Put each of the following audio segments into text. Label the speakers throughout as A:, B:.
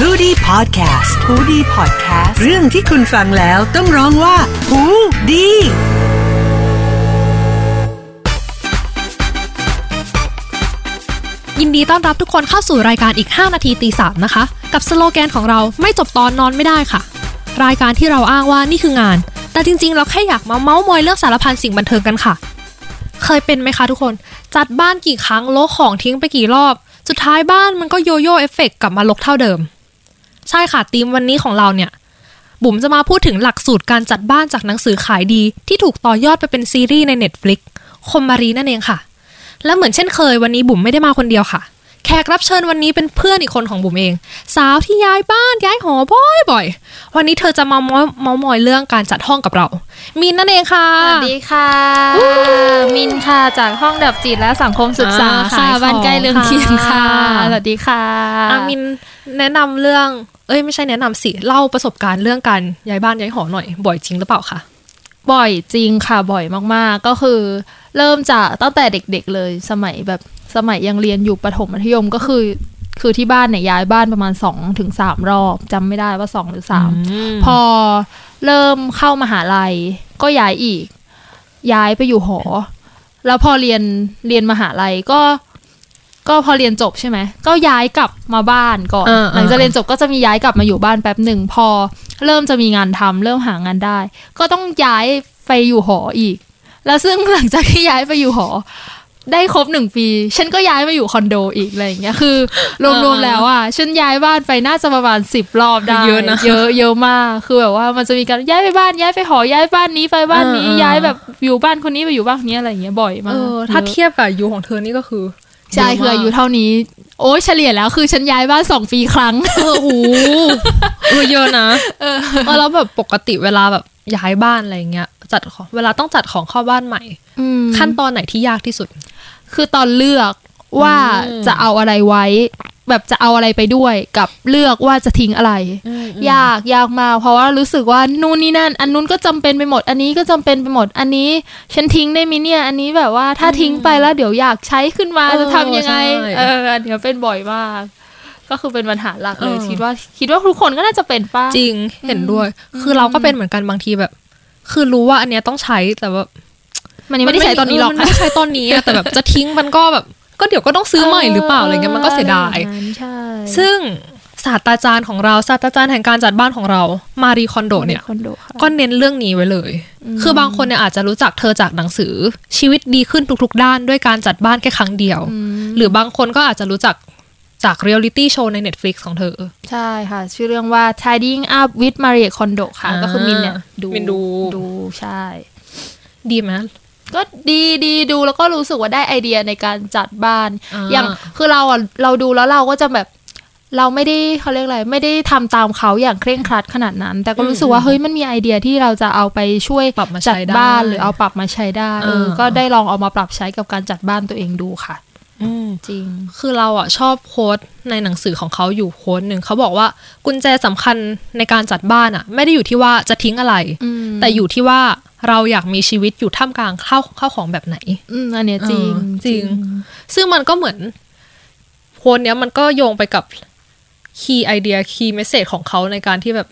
A: h o ดี้พอดแคสต์ฮูดี้พอดแคสต์เรื่องที่คุณฟังแล้วต้องร้องว่าหูดี
B: ยินดีต้อนรับทุกคนเข้าสู่รายการอีก 5 นาทีตีสามนะคะ กับสโลแกนของเราไม่จบตอนนอนไม่ได้ค่ะ รายการที่เราอ้างว่านี่คืองาน แต่จริงๆ เราแค่อยากมาเมาส์มอยเรื่องสารพันสิ่งบันเทิงกันค่ะ เคยเป็นไหมคะทุกคน จัดบ้านกี่ครั้งโลกของทิ้งไปกี่รอบ สุดท้ายบ้านมันก็โยโย่เอฟเฟกต์กลับมาลกเท่าเดิม ใช่ค่ะธีมวันนี้ของเราเนี่ย บุ๋มจะมาพูดถึงหลักสูตรการจัดบ้านจากหนังสือขายดี ที่ถูกต่อยอดไปเป็นซีรีส์ใน Netflix คมมารีนั่นเองค่ะ และเหมือนเช่นเคยวันนี้บุ๋มไม่ได้มาคนเดียวค่ะ แขกรับเชิญวันนี้เป็นเพื่อนอีกคนของบุ๋มเอง สาวที่ย้ายบ้านย้ายหอบ่อยบ่อยๆวันนี้เธอจะมาเมาเมามอยเรื่องการจัดห้องกับเรา มินนั่นเองค่ะ
C: สวัสดีค่ะ มินค่ะจากห้องดับจิตและสังคมศึกษา
B: อ่าขา
C: ค่ะ
B: ยของ
C: บ้านใกล้เรือนเคียงค่ะ
B: ค่ะ
C: สวัสดีค่ะ
B: อามินแนะนำเรื่องเอ้ยไม่ใช่แนะนำสิเล่าประสบการณ์เรื่องการย้ายบ้านย้ายหอหน่อยบ่อยจริงหรือเปล่าคะ
C: บ่อยจริงค่ะบ่อยมากๆ ก็คือ เริ่มจากตั้งแต่เด็กๆเลยสมัยแบบสมัยยังเรียนอยู่ประถมมัธยมก็คือ คือที่บ้านเนี่ยย้ายบ้านประมาณ2อถึงสรอบจำไม่ได้ว่า 2 หรือ 3 พอเริ่มเข้ามหาลัยก็ย้ายอีก ย้ายไปอยู่หอ แล้วพอเรียนเรียนมหาลัยก็ ก็พอเรียนจบใช่ไหมก็ย้ายกลับมาบ้านก่อน
B: อ่า
C: หลังจาก
B: อ่า
C: เรียนจบก็จะมีย้ายกลับมาอยู่บ้านแป๊บหนึ่งพอ เริ่มจะมีงานทำเริ่มหางานได้ ก็ต้องย้ายไปอยู่หออีก แล้วซึ่งหลังจากที่ย้ายไปอยู่หอ ได้ครบหนึ่งปี ฉันก็ย้ายมาอยู่คอนโดอีกอะไรอย่างเงี้ยคือ รวมๆแล้วอ่ะฉันย้ายบ้านไปน่าจะประมาณสิบรอบได้
B: เยอะนะ
C: เยอะเยอะมากคือแบบว่ามันจะมีการย้ายไปบ้านย้ายไปหอย้ายบ้านนี้ไปบ้านนี้
B: อ่าอ่า
C: ย้ายแบบอยู่บ้านคนนี้ไปอยู่บ้านคนนี้อะไรอย่างเงี้ยบ่อยมา
B: เอก อถ้า
C: เยอะ
B: เทียบกับอายูของเธอนี่ก็คือ
C: ใช่คืออายุเท่านี้ โอ้ยเฉลี่ยแล้วคือฉันย้ายบ้านสองปีครั้ง
B: เออโหเออเยอะนะเอ อแล้วแบบปกติเวลาแบบย้ายบ้านอะไรอย่างเงี้ยจัดของเวลาต้องจัดของเข้าบ้านใหม่ ขั้นตอนไหนที่ยากที่สุด
C: คือตอนเลือกว่า
B: อืม
C: จะเอาอะไรไว้ แบบจะเอาอะไรไปด้วยกับเลือกว่าจะทิ้งอะไร ยากยากมากเพราะว่ารู้สึกว่านู่นนี่นั่น อันนู้นก็จำเป็นไปหมด อันนี้ก็จำเป็นไปหมด อันนี้ฉันทิ้งได้มิเนี่ย อันนี้แบบว่าถ้าทิ้งไปแล้วเดี๋ยวอยากใช้ขึ้นมา
B: เออ
C: จะทำยังไง
B: ใช่
C: เอออันเนี้ยเป็นบ่อยมาก ก็คือเป็นปัญหาหลักเลย
B: เออ
C: คิดว่า คิดว่าทุกคนก็น่าจะเป็นป้า
B: จริงเห็นด้วย คือเราก็เป็นเหมือนกันบางทีแบบ คือรู้ว่าอันเนี้ยต้องใช้แต่ว่า
C: มันยังไม่ได้ใช้ตอนนี้หรอก
B: เมันไม่ได้ใช้ตอนนี้อะแต่แบบจะทิ้งมันก็แบบ ก็เดี๋ยวก็ต้องซื้อใหม่หรือเปล่าอะไรเงี้ยมันก็เสียดาย
C: ใช่
B: ซึ่งศาสตราจารย์ของเราศาสตราจารย์แห่งการจัดบ้านของเรา มารีคอนโดเนี่ย
C: คอนโดค่ะ
B: ก็เน้นเรื่องนี้ไว้เลย คือบางคนเนี่ยอาจจะรู้จักเธอจากหนังสือ ชีวิตดีขึ้นทุกๆ ด้านด้วยการจัดบ้านแค่ครั้งเดียว หรือบางคนก็อาจจะรู้จักจากเรียลลิตี้โชว์ใน Netflix ของเธอ
C: ใช่ค่ะ ชื่อเรื่องว่า tidying up with Maria Kondo ค่ะ
B: อ่า
C: ก็คือมินเนี่ยดู
B: มินดู
C: ดูใช่
B: ดีไหม
C: ก็ดีดีดูแล้วก็รู้สึกว่าได้ไอเดียในการจัดบ้าน
B: อ่า
C: อย่างคือเราอ่ะ เราดูแล้วเราก็จะแบบ เราไม่ได้เขาเรียกอะไร ไม่ได้ทำตามเขาอย่างเคร่งครัดขนาดนั้น แต่ก็รู้สึกว่าเฮ้ยมันมีไอเดียที่เราจะเอาไปช่วย
B: ปรับมา
C: จัด
B: ใช้ได้
C: บ้านหรือเอาปรับมาใช้ได้เออ
B: เออ
C: ก็ได้ลองเอามาปรับใช้กับการจัดบ้านตัวเองดูค่ะ
B: อืม
C: จริง
B: คือเราอ่ะชอบโค้ดในหนังสือของเขาอยู่โค้ดหนึ่งเขาบอกว่ากุญแจสำคัญในการจัดบ้านอ่ะ ไม่ได้อยู่ที่ว่าจะทิ้งอะไร
C: อืม
B: แต่อยู่ที่ว่าเราอยากมีชีวิตอยู่ท่ามกลางข้าวข้าวของแบบไหน
C: อืมอันเนี้ยจริง
B: เออจริง ซึ่งมันก็เหมือนโค้ดเนี้ยมันก็โยงไปกับคีย์ไอเดียคีย์เมสเซจของเขาในการที่แบบ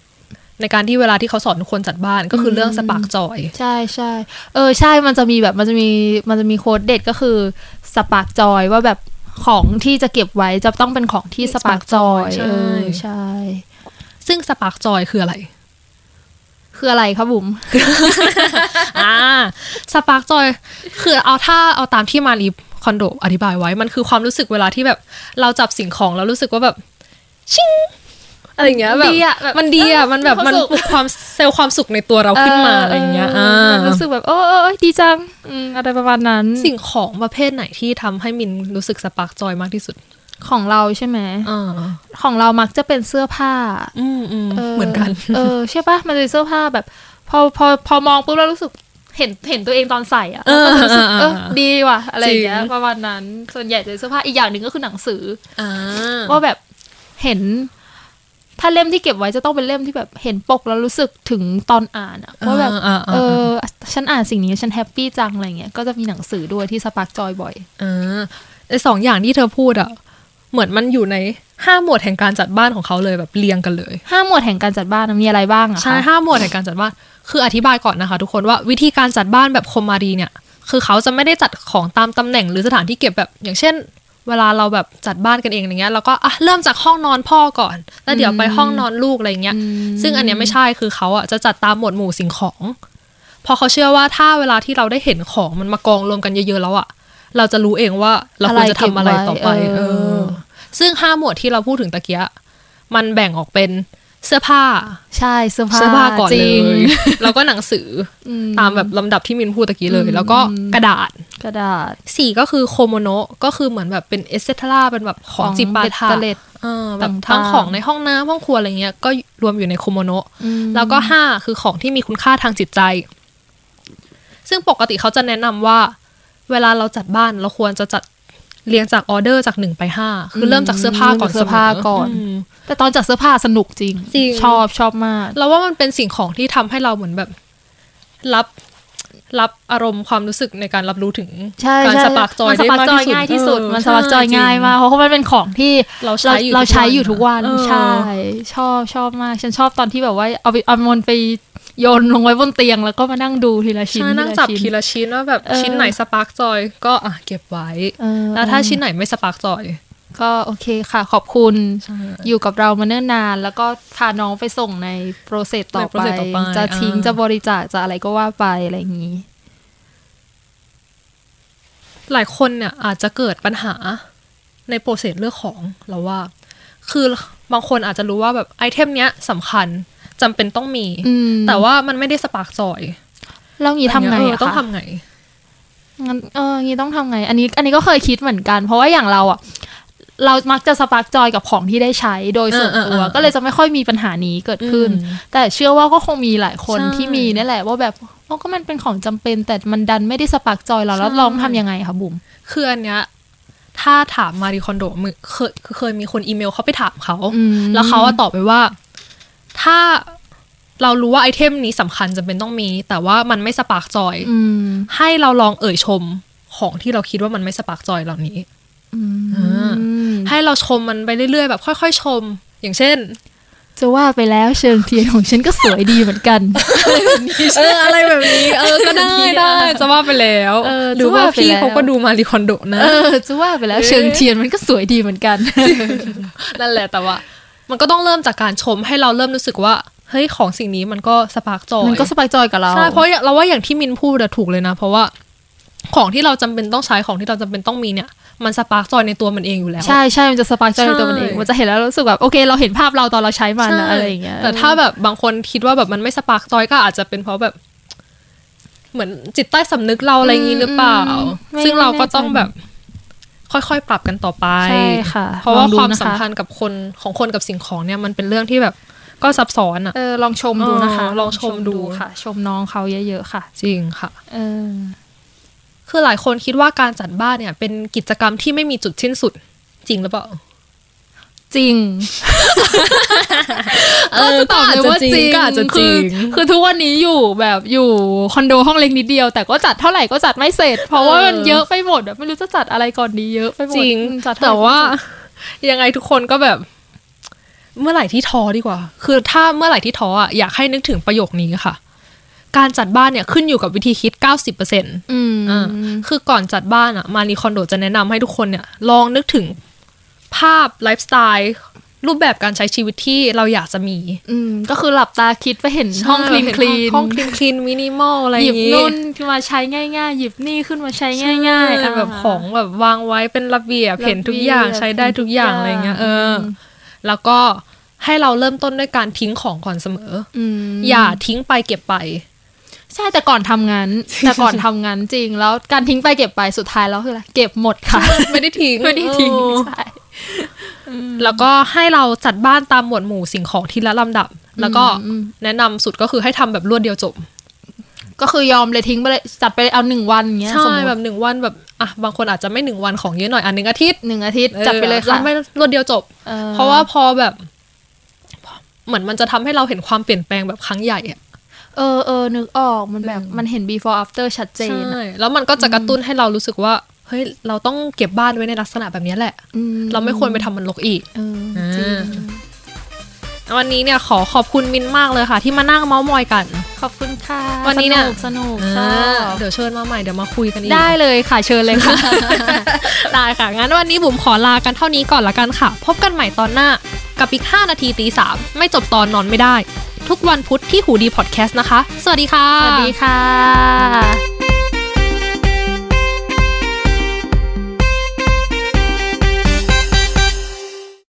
B: ในการที่เวลาที่เขาสอนคนจัดบ้านก็คือเรื่องสปาร์กจอย
C: ใช่ใช่เออใช่มันจะมีแบบมันจะมีมันจะมีโค้ดเด็ดก็คือสปาร์กจอยว่าแบบของที่จะเก็บไว้จะต้องเป็นของที่สปาร์กจอย
B: ใช่
C: เออใช่
B: ซึ่งสปาร์กจอยคือ อะไร
C: คืออะไรครับบุ๋ม
B: อ่าสปาร์กจอยคือเอาถ้าเอาตามที่มารีคอนโดอธิบายไว้ มันคือความรู้สึกเวลาที่แบบ เราจับสิ่งของแล้วรู้สึกว่าแบบ ชิงอะไรอย่างเงี้ยแบบ
C: ดีอะแบบ
B: มันดีอะมันแบบ
C: เออ
B: มัน
C: ความสุข
B: ปลุกความเซลล์ความสุขในตัวเรา ขึ้นมาอะไรอย่างเงี้ยอ่า
C: รู้สึกแบบโอ้โอ้ยดีจังอืมอะไรประมาณนั้น
B: สิ่งของประเภทไหนที่ทำให้มินรู้สึกสปาร์กจอยมากที่สุด
C: ของเราใช่ไหม
B: อ่า
C: ของเรามักจะเป็นเสื้อผ้า
B: อืมอืมเหมือนกัน
C: เออใช่ปะมันจะเป็นเสื้อผ้าแบบ พอพอพอมองปุ๊บแล้วรู้สึกเห็นเห็นตัวเองตอนใส่อะ
B: เออ
C: แล้วก็รู้สึก
B: เออ
C: เออดีว่ะอะไรอย่างเงี้ย
B: จริง
C: ประมาณนั้น ส่วนใหญ่จะเป็นเสื้อผ้าอีกอย่างหนึ่งก็คือหนังสือ
B: อ่า
C: อว่าแบบเห็น ถ้าเล่มที่เก็บไว้จะต้องเป็นเล่มที่แบบเห็นปกแล้วรู้สึกถึงตอนอ่านอะว่าแบบ
B: อ่า
C: เออฉันอ่านสิ่งนี้ฉันแฮปปี้จังอะไรเงี้ยก็จะมีหนังสือด้วยที่สปาร์กจอยบ่อย
B: อ่าไอสองอย่างที่เธอพูดอะเหมือนมันอยู่ใน ห้าหมวดแห่งการจัดบ้านของเขาเลยแบบเรียงกันเลย
C: ห้าหมวดแห่งการจัดบ้านนะมีอะไรบ้างอะ
B: ใช่
C: คะ
B: ห้าหมวดแห่งการจัดบ้าน คืออธิบายก่อนนะคะ ทุกคนว่าวิธีการจัดบ้านแบบคมมารีเนี่ย คือเขาจะไม่ได้จัดของตามตำแหน่งหรือสถานที่เก็บแบบ อย่างเช่น เวลาเราแบบจัดบ้านกันเองอะไรเงี้ยเราก็อ่ะเริ่มจากห้องนอนพ่อก่อน แล้วเดี๋ยวไปห้องนอนลูกอะไรเงี้ย ซึ่งอันเนี้ยไม่ใช่คือเขาอ่ะจะจัดตามหมวดหมู่สิ่งของ เพอเขาเชื่อว่าถ้าเวลาที่เราได้เห็นของมันมากองรวมกันเยอะๆแล้วอ่ะเราจะรู้เองว่าเราควรจะทำอะไรต่อไปเออ ซึ่งห้าหมวดที่เราพูดถึงตะเกียะมันแบ่งออกเป็นเสื้อผ้า
C: ใช่เสื้อผ้า
B: เสื้อผ้าก่อน
C: จ
B: เล
C: ริง
B: ย แล้วก็หนังสือ
C: อื
B: อตามแบบลำดับที่มินพูดตะกี้เลย แล้วก็กระดาษ
C: กระดาษ
B: สี่ก็คือโคโมโนะก็คือเหมือนแบบเป็นเอสเซทราเป็นแบบของจิปาถา
C: เบ็ดเตล็ด
B: เออแบบ
C: ต่างๆ
B: ทั้งของในห้องน้ำห้องครัวอะไรเงี้ยก็รวมอยู่ในโคโมโนะ
C: อืม
B: แล้วก็ห้าคือของที่มีคุณค่าทางจิตใจ ซึ่งปกติเขาจะแนะนำว่า เวลาเราจัดบ้านเราควรจะจัดเรียงจากออเดอร์จากหนึ่งไปห้าคือเริ่มจากเสื้อผ้าก่อน
C: เสื้อผ้าก่อน
B: เสมม
C: แต่ตอนจัดเสื้อผ้าสนุกจริง
B: จริง
C: ชอบชอบมาก
B: เราว่ามันเป็นสิ่งของที่ทำให้เราเหมือนแบบ รับรับอารมณ์ความรู้สึกในการรับรู้ถึง
C: ใช่
B: การ
C: ใช่
B: สปาร์กจอย
C: มัน
B: ได้
C: สปาร์ก
B: มาก
C: จอย
B: ที่สุดเออ
C: ง่ายที่สุดมันสปาร์กจอย
B: ใช่
C: ง่ายมากเพราะว่ามันเป็นของที่
B: เรา
C: เรา
B: ใช้อยู่
C: เราใช้อยู่ทุกวัน
B: เออ
C: ใช่ ชอบชอบมาก ฉันชอบตอนที่แบบว่าเอาไปเอามันไปโยนลงไว้บนเตียง แล้วก็มานั่งดูทีละชิ้น
B: ใช่นั่งจับที
C: ละ
B: ละชิ้นว่าแบบ
C: เออ
B: ชิ้นไหนสปาร์กจอยก็อ่ะเก็บไว้
C: เออ
B: แล้วถ้าชิ้นไหนไม่สปาร์กจอย
C: ก็โอเคค่ะ ขอบคุณ อยู่กับเรามาเนิ่นนาน แล้วก็พาน้องไปส่งในโปรเซสต่อ
B: ในโปร
C: ไป
B: เซสต่อไป
C: จะทิ้ง
B: อ่า
C: จะบริจาคจะอะไรก็ว่าไปอะไรอย่างนี้
B: หลายคนเนี่ยอาจจะเกิดปัญหาในโปรเซสเลือกของเราว่า คือบางคนอาจจะรู้ว่าแบบไอเทมเนี้ยสำคัญจำเป็นต้องมี
C: อืม
B: แต่ว่ามันไม่ได้สปาร์กจอย
C: แล้วงี้ทำไง
B: เออ
C: อะ
B: ต้อง
C: คะ
B: ทำไง
C: งั้นเอองี้ต้องทำไง อันนี้ อันนี้ก็เคยคิดเหมือนกัน เพราะว่าอย่างเราอ่ะ เรามักจะสปาร์กจอยกับของที่ได้ใช้โดยส่วนตัว
B: เออเออเออ
C: ก็เลยจะไม่ค่อยมีปัญหานี้เกิดขึ้น
B: อืม
C: แต่เชื่อว่าก็คงมีหลายคน
B: ใช่
C: ที่มีนี่แหละ ว่าแบบว่าก็มันเป็นของจำเป็น แต่มันดันไม่ได้สปาร์กจอยเราแล้ว
B: ใช่
C: ลองทำยังไงคะบุ๋ม
B: คืออันเนี้ยถ้าถามมารีคอนโดมือเคยคือเคยมีคนอีเมลเขาไปถามเขา แล้วเขาอะตอบไปว่า ถ้าเรารู้ว่าไอเทมนี้สำคัญจำเป็นต้องมี แต่ว่ามันไม่สปาร์กจอย
C: อืม
B: ให้เราลองเอ่ยชมของที่เราคิดว่ามันไม่สปาร์กจอยเหล่านี้
C: อืม
B: อ่า ให้เราชมมันไปเรื่อยๆแบบค่อย ๆ ชม อย่างเช่น
C: จะว่าไปแล้วเชิงเทียนของฉันก็สวยดีเหมือนกัน
B: เอออะไรแบบนี้ เออก็ได้ได้จะว่าไปแล้ว
C: เออ
B: หรือว่า
C: จะว่าไป
B: พี่
C: แล้ว
B: เขาก็ดูมารีคอนโดนะ
C: เออ จะว่าไปแล้วเชิงเทียนมันก็สวยดีเหมือนกัน
B: นั่นแหละแต่ว่า มันก็ต้องเริ่มจากการชมให้เราเริ่มรู้สึกว่า เฮ้ยของสิ่งนี้มันก็สปาร์กจอย
C: มันก็สปาร์กจอยกับเรา
B: ใช่เพราะเราว่าอย่างที่มินพูดอะถูกเลยนะ เพราะว่าของที่เราจำเป็นต้องใช้ของที่เราจำเป็นต้องมีเนี่ย มันสปาร์กจอยในตัวมันเองอยู่แล้ว
C: ใช่ใช่มันจะสปาร์กใจในตัวมันเอง
B: ใช่
C: มันจะเห็นแล้วรู้สึกแบบโอเค เราเห็นภาพเราตอนเราใช้มัน
B: ใช่
C: นะอะไรอย่างเงี้ย
B: แต่ถ้าแบบบางคนคิดว่าแบบมันไม่สปาร์กจอยก็อาจจะเป็นเพราะแบบ เหมือนจิตใต้สำนึกเราอะไรอย่างนี้หรือเปล่า
C: ไม่
B: ซึ่งเราก็
C: ไม่แน่ใจ
B: ต้องแบบ ค่อยๆปรับกันต่อไป
C: ใช่ค่ะ
B: เพราะว่า
C: ลองดู
B: ความ
C: นะคะ
B: สัมพันธ์กับคนของคนกับสิ่งของเนี่ยมันเป็นเรื่องที่แบบก็ซับซ้อนอะ
C: เออลองชมดูนะคะ
B: เออลองชมดู
C: ค่ะ ชมน้องเขาเยอะๆค่ะ
B: จริงค่ะ
C: เออ
B: คือหลายคนคิดว่าการจัดบ้านเนี่ย เป็นกิจกรรมที่ไม่มีจุดสิ้นสุดจริงหรือเปล่า
C: จริงก็จะตอบเลยว่าจริง
B: ก็อาจจะจริง
C: คือคือทุกวันนี้อยู่แบบอยู่คอนโดห้องเล็กนิดเดียว แต่ก็จัดเท่าไหร่ก็จัดไม่เสร็จ เพราะว่ามันเยอะไปหมดแบบไม่รู้จะจัดอะไรก่อนดีเยอะไปหมด
B: จริง
C: อืมจัดเท่ไหร่
B: แต่
C: ก็
B: ว่า
C: จัด
B: ยังไงทุกคนก็แบบ เมื่อไหร่ที่ท้อดีกว่า คือถ้าเมื่อไหร่ที่ท้ออ่ะอยากให้นึกถึงประโยคนี้ค่ะ การจัดบ้านเนี่ยขึ้นอยู่กับวิธีคิด 90%อ
C: อืม
B: ่าคือก่อนจัดบ้านอ่ะมารีคอนโดจะแนะนำให้ทุกคนเนี่ยลองนึกถึงภาพไลฟ์สไตล์รูปแบบการใช้ชีวิตที่เราอยากจะมี
C: อืมก็คือหลับตาคิดไปเห็นห้องคลีนคลีน
B: ห้องคลีนคลีนมินิมอลอะไรอ
C: หยิบ
B: ย่างงี้
C: นู่นขึ้นมาใช้ง่ายๆ หยิบนี่ขึ้นมาใช้ง่ายๆ
B: ใช่
C: อ่า
B: แบบของแบบวางไว้เป็นระเบียบ
C: ระเบียบ
B: เห็นทุกอย่างใช้ได้ทุกอย่าง
C: เห็นทุก
B: อะไรเงี้ยเอออ
C: ม
B: แล้วก็ให้เราเริ่มต้นด้วยการทิ้งของก่อนเสมออ
C: อืม
B: อย่าทิ้งไปเก็บไป
C: ใช่แต่ก่อนทำง านแต่ก่อนทำงานจริง แล้วการทิ้งไปเก็บไปสุดท้ายแล้วคืออะไรเก็บหมดค่ะ
B: ไม่ได้ทิ้ง
C: ไม่ได้ทิ้ง
B: เออ
C: ใช่
B: แล้วก็ให้เราจัดบ้านตามหมวดหมู่สิ่งของทีละลำดับ แล้วก็
C: อืม
B: แนะนำสุดก็คือให้ทำแบบรวดเดียวจบ
C: ก็คือยอมเลยทิ้งไปเลยจัดไปเอาหนึ่งวันอย่างเงี้ยส
B: ใช่
C: มมติ
B: แบบหนึ่งวันแบบอ่ะบางคนอาจจะไม่หนึ่งวันของเยอะหน่อยอันหนึ่งอาทิตย์
C: หนึ่งอาทิตย์จัดไปเลย
B: รั
C: ค่ะ
B: บไม่รวดเดียวจบ
C: อ่อ
B: เพราะว่าพอแบบ เหมือนมันจะทำให้เราเห็นความเปลี่ยนแปลงแบบครั้งใหญ่อะ
C: เออเออนึกออกมันแบบมันเห็น before after ชัดเจน
B: ใช่ แล้วมันก็จะกระตุ้นให้เรารู้สึกว่า เ ฮ้ยเราต้องเก็บบ้านไว้ในลักษณะแบบนี้แหละ
C: อื
B: เราไม่ควรไปทำมันรกอีก
C: เออจริง
B: อ่า วันนี้เนี่ยขอขอบคุณมินมากเลยค่ะ ที่มานั่งเมาส์มอยกัน
C: ขอบคุณค่ะ
B: วันนี้เนี่ย
C: สนุกสนุ
B: อ่าก
C: ชอบ
B: เดี๋ยวเชิญมาใหม่เดี๋ยวมาคุยกันอีก
C: ได้เลยค่ะเชิญเลยค่ะ
B: ได้ค่ะ งั้นวันนี้บุ๋มขอลากันเท่านี้ก่อนละกันค่ะ พบกันใหม่ตอนหน้า กับอีก 5 นาทีตีสามไม่จบตอนนอนไม่ได้ ทุกวันพุธที่หูดีพอดแคสต์นะคะ สวัสดีค่ะ
C: สวัสดีค่ะ